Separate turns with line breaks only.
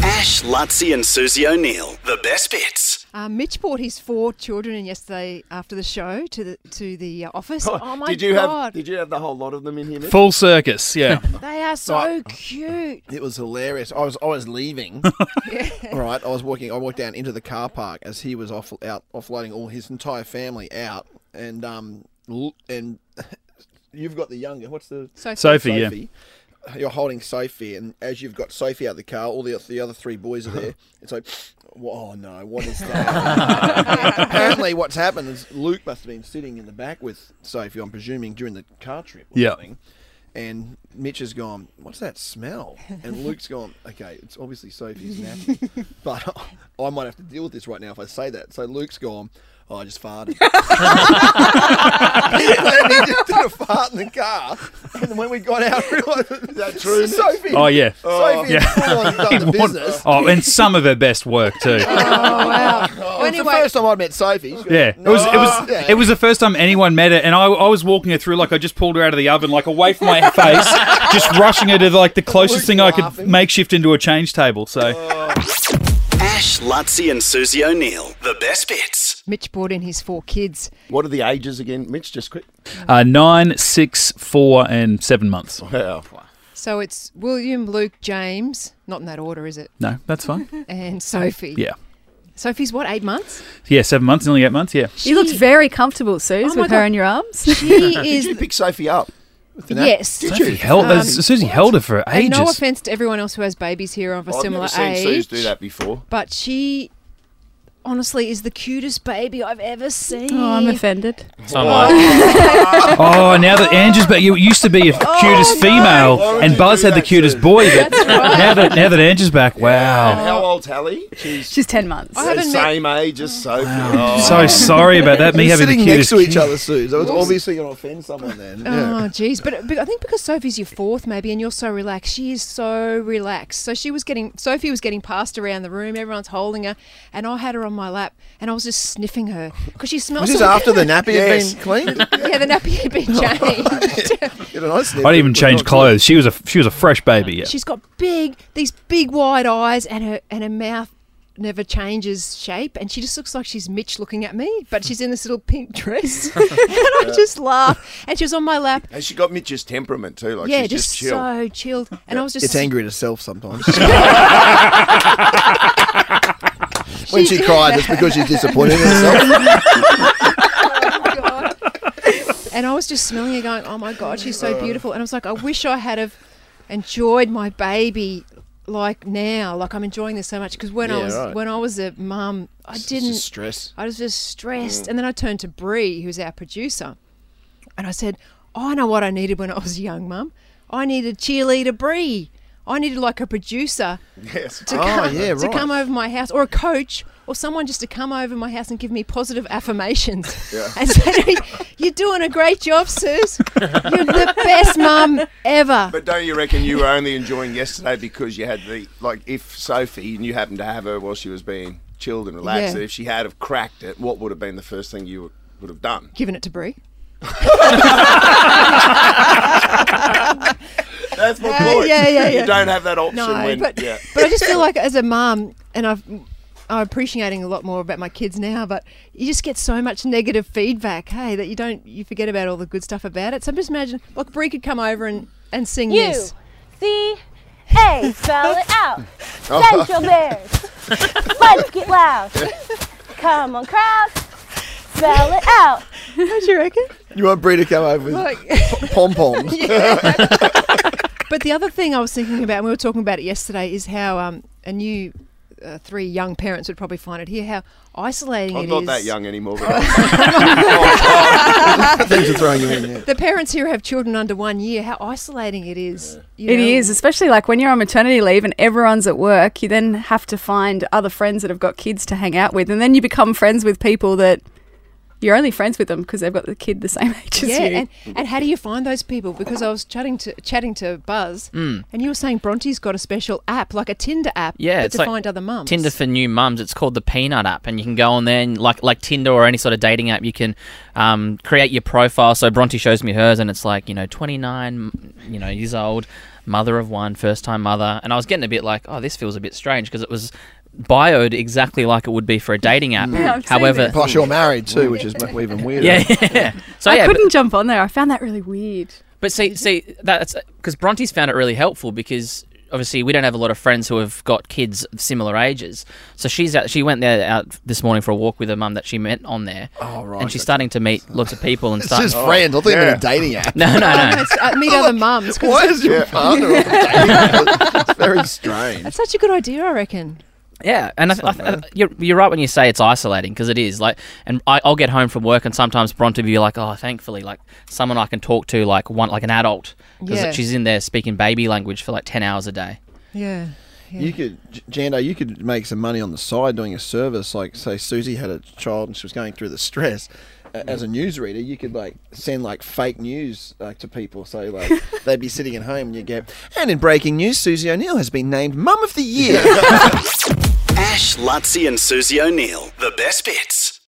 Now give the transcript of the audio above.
Lutzi and Susie O'Neill. The best bits.
Uh, Mitch brought his four children in yesterday after the show to the to the uh, office. Oh, my
did you
god,
have did you have the whole lot of them in here? Mitch?
Full circus, yeah.
they are so cute.
It was hilarious. I was I was leaving. All right, I was walking. I walked down into the car park as he was off out offloading all his entire family out, and um l- and you've got the younger. What's the
So,
Sophie, yeah.
You're holding Sophie, and as you've got Sophie out of the car, all the the other three boys are there. It's like, oh no, what is that? Apparently, what's happened is Luke must have been sitting in the back with Sophie. I'm presuming during the car trip. Or
Yeah.
Something. And Mitch has gone, what's that smell? And Luke's gone, okay, it's obviously Sophie's nappy, but I might have to deal with this right now if I say that. So Luke's gone, oh, I just farted. and he just did a fart in the car. And then when we got out, realised that true. Sophie.
Oh, yeah.
Sophie
yeah.
had full on done the
What-
business.
oh, and some of her best work too.
Oh wow. well,
It's the
anyway,
first time I'd met Sophie. She's gone,
Yeah, it was it was
Yeah.
it was the first time anyone met her, and I, I was walking her through like I just pulled her out of the oven, like away from my face, just rushing her to like the closest thing I could
laughing. Uh,
makeshift into a change table. So
Ash, Lutzi and Susie O'Neill. The best bits.
Mitch brought in his four kids.
What are the ages again, Mitch? Just quick.
uh, nine, six, four, and seven months.
So it's William, Luke, James. Not in that order, is it?
No, that's fine.
And Sophie.
Yeah,
Sophie's what? Eight months.
yeah, seven months, nearly eight months. Yeah,
You looked very comfortable, Suze,
Oh my
with her
God.
in your arms.
She
Did you
is.
pick Sophie up? with an app?
Yes.
Did
Sophie
you? Um,
held Susie held her for
And
ages.
no offense to everyone else who has babies here of a
Oh,
similar
I've never
age.
seen Suze do that before.
But she honestly is the cutest baby I've ever seen.
Oh, I'm offended.
Oh, now that Angie's back, you used to be the
Oh,
cutest female, and Buzz had the cutest boy. But now that now that Angie's back,
And
wow.
how old's Hallie? She's
She's 10 months.
I haven't met.
same age as Sophie. Oh.
So sorry about that. Me
You're
having the
sitting next
cutest.
to each other, Sue. So it's obviously going to offend someone then. Yeah.
Oh, geez. But, but I think because Sophie's your fourth, maybe, and you're so relaxed. She is so relaxed. So she was getting, Sophie was getting passed around the room. Everyone's holding her. And I had her on my lap and I was just sniffing her because she smells
Was this
so
after the nappy
Yes.
had been cleaned?
Yeah, the nappy had been changed.
Get a nice
I
sniff.
didn't even
But
change
not-
clothes. She was a she was a fresh baby. Yeah.
She's got big, these big wide eyes and her, and her mouth never changes shape and she just looks like she's Mitch looking at me but she's in this little pink dress and I just laugh and she was on my lap
And she got Mitch's temperament too. Like
yeah
she's
just,
just, chill.
so chilled and I was just
It's angry at herself sometimes. when she cried, it's because she's disappointed in herself.
God. and I was just smelling her going, oh my God, she's so beautiful. And I was like, I wish I had have enjoyed my baby like now. Like I'm enjoying this so much because when I
Yeah,
was
right.
when I was a mum, I didn't.
Just Mm. stress.
I was just stressed. And then I turned to Bree, who's our producer, and I said, I know what I needed when I was a young mum. I needed cheerleader Bree. I needed like a producer
Yes.
to,
Oh,
come,
yeah,
to
right.
come over my house or a coach or someone just to come over my house and give me positive affirmations and say to me, you're doing a great job Suze you're the best mum ever
But don't you reckon you were only enjoying yesterday because you had the like if Sophie and you happened to have her while she was being chilled and relaxed,
Yeah.
if she had have cracked it, what would have been the first thing you would have done?
giving it to Brie
That's my
Yeah,
point.
yeah, yeah, yeah.
You don't have that option
no
when
but,
yeah.
but I just feel like as a mum and I've I'm appreciating a lot more about my kids now, but you just get so much negative feedback, hey, that you don't you forget about all the good stuff about it. So just imagine, like Brie could come over and and sing
U
this.
C A. Spell it out. Central Bears. Let's get loud. Come on, crowd. Spell it out.
Don't you reckon?
You want Bree to come over with
Like,
pom poms?
But the other thing I was thinking about, and we were talking about it yesterday, is how um, a new uh, three young parents would probably find it here. How isolating
I'm
it
not
is.
that young anymore. But Oh,
Thanks for throwing you in there.
The parents here have children under one year. How isolating it is. you
It
know.
is, especially like when you're on maternity leave and everyone's at work, you then have to find other friends that have got kids to hang out with. And then you become friends with people that you're only friends with them because they've got the kid the same age as
Yeah,
you.
and, and how do you find those people? Because I was chatting to chatting to Buzz, and you were saying Bronte's got a special app, like a Tinder app,
Hmm. Yeah,
but
it's
to
like
find other mums.
Tinder for new mums. It's called the Peanut app, and you can go on there and like like Tinder or any sort of dating app. You can um, create your profile. So Bronte shows me hers, and it's like you know twenty nine, you know years old, mother of one, first time mother, and I was getting a bit like, oh, this feels a bit strange because it was bioed exactly like it would be for a dating app.
Yeah, I've seen
However,
this.
Plus, you're married too, which is m- even weirder.
yeah, yeah. So
I
Oh, yeah, but-
couldn't jump on there. I found that really weird.
But see, see, that's because Bronte's found it really helpful because obviously we don't have a lot of friends who have got kids of similar ages. So she's out, she went there out this morning for a walk with her mum that she met on there.
Oh, right,
And she's
that's-
starting to meet lots of people and
It's
start.
his
Oh.
friends. I think they're
yeah.
a dating app.
No, no, no.
It's, uh, meet other mums. 'cause
Why is your
Yeah.
partner on a dating app? It's very strange.
That's such a good idea, I reckon.
Yeah, and I, I, I, you're, you're right when you say it's isolating because it is. Like, and I, I'll get home from work and sometimes Bronte will be like, "Oh, thankfully, like someone I can talk to, like one, like an adult, because
Yeah.
she's in there speaking baby language for like ten hours a day."
Yeah. yeah.
You could, J- Jando, you could make some money on the side doing a service. Like, say, Susie had a child and she was going through the stress. A- As a newsreader, you could like send like fake news like to people. So like they'd be sitting at home and you go, and in breaking news, Susie O'Neill has been named Mum of the Year.
Ash, Lutzi, and Susie O'Neill. The best bits.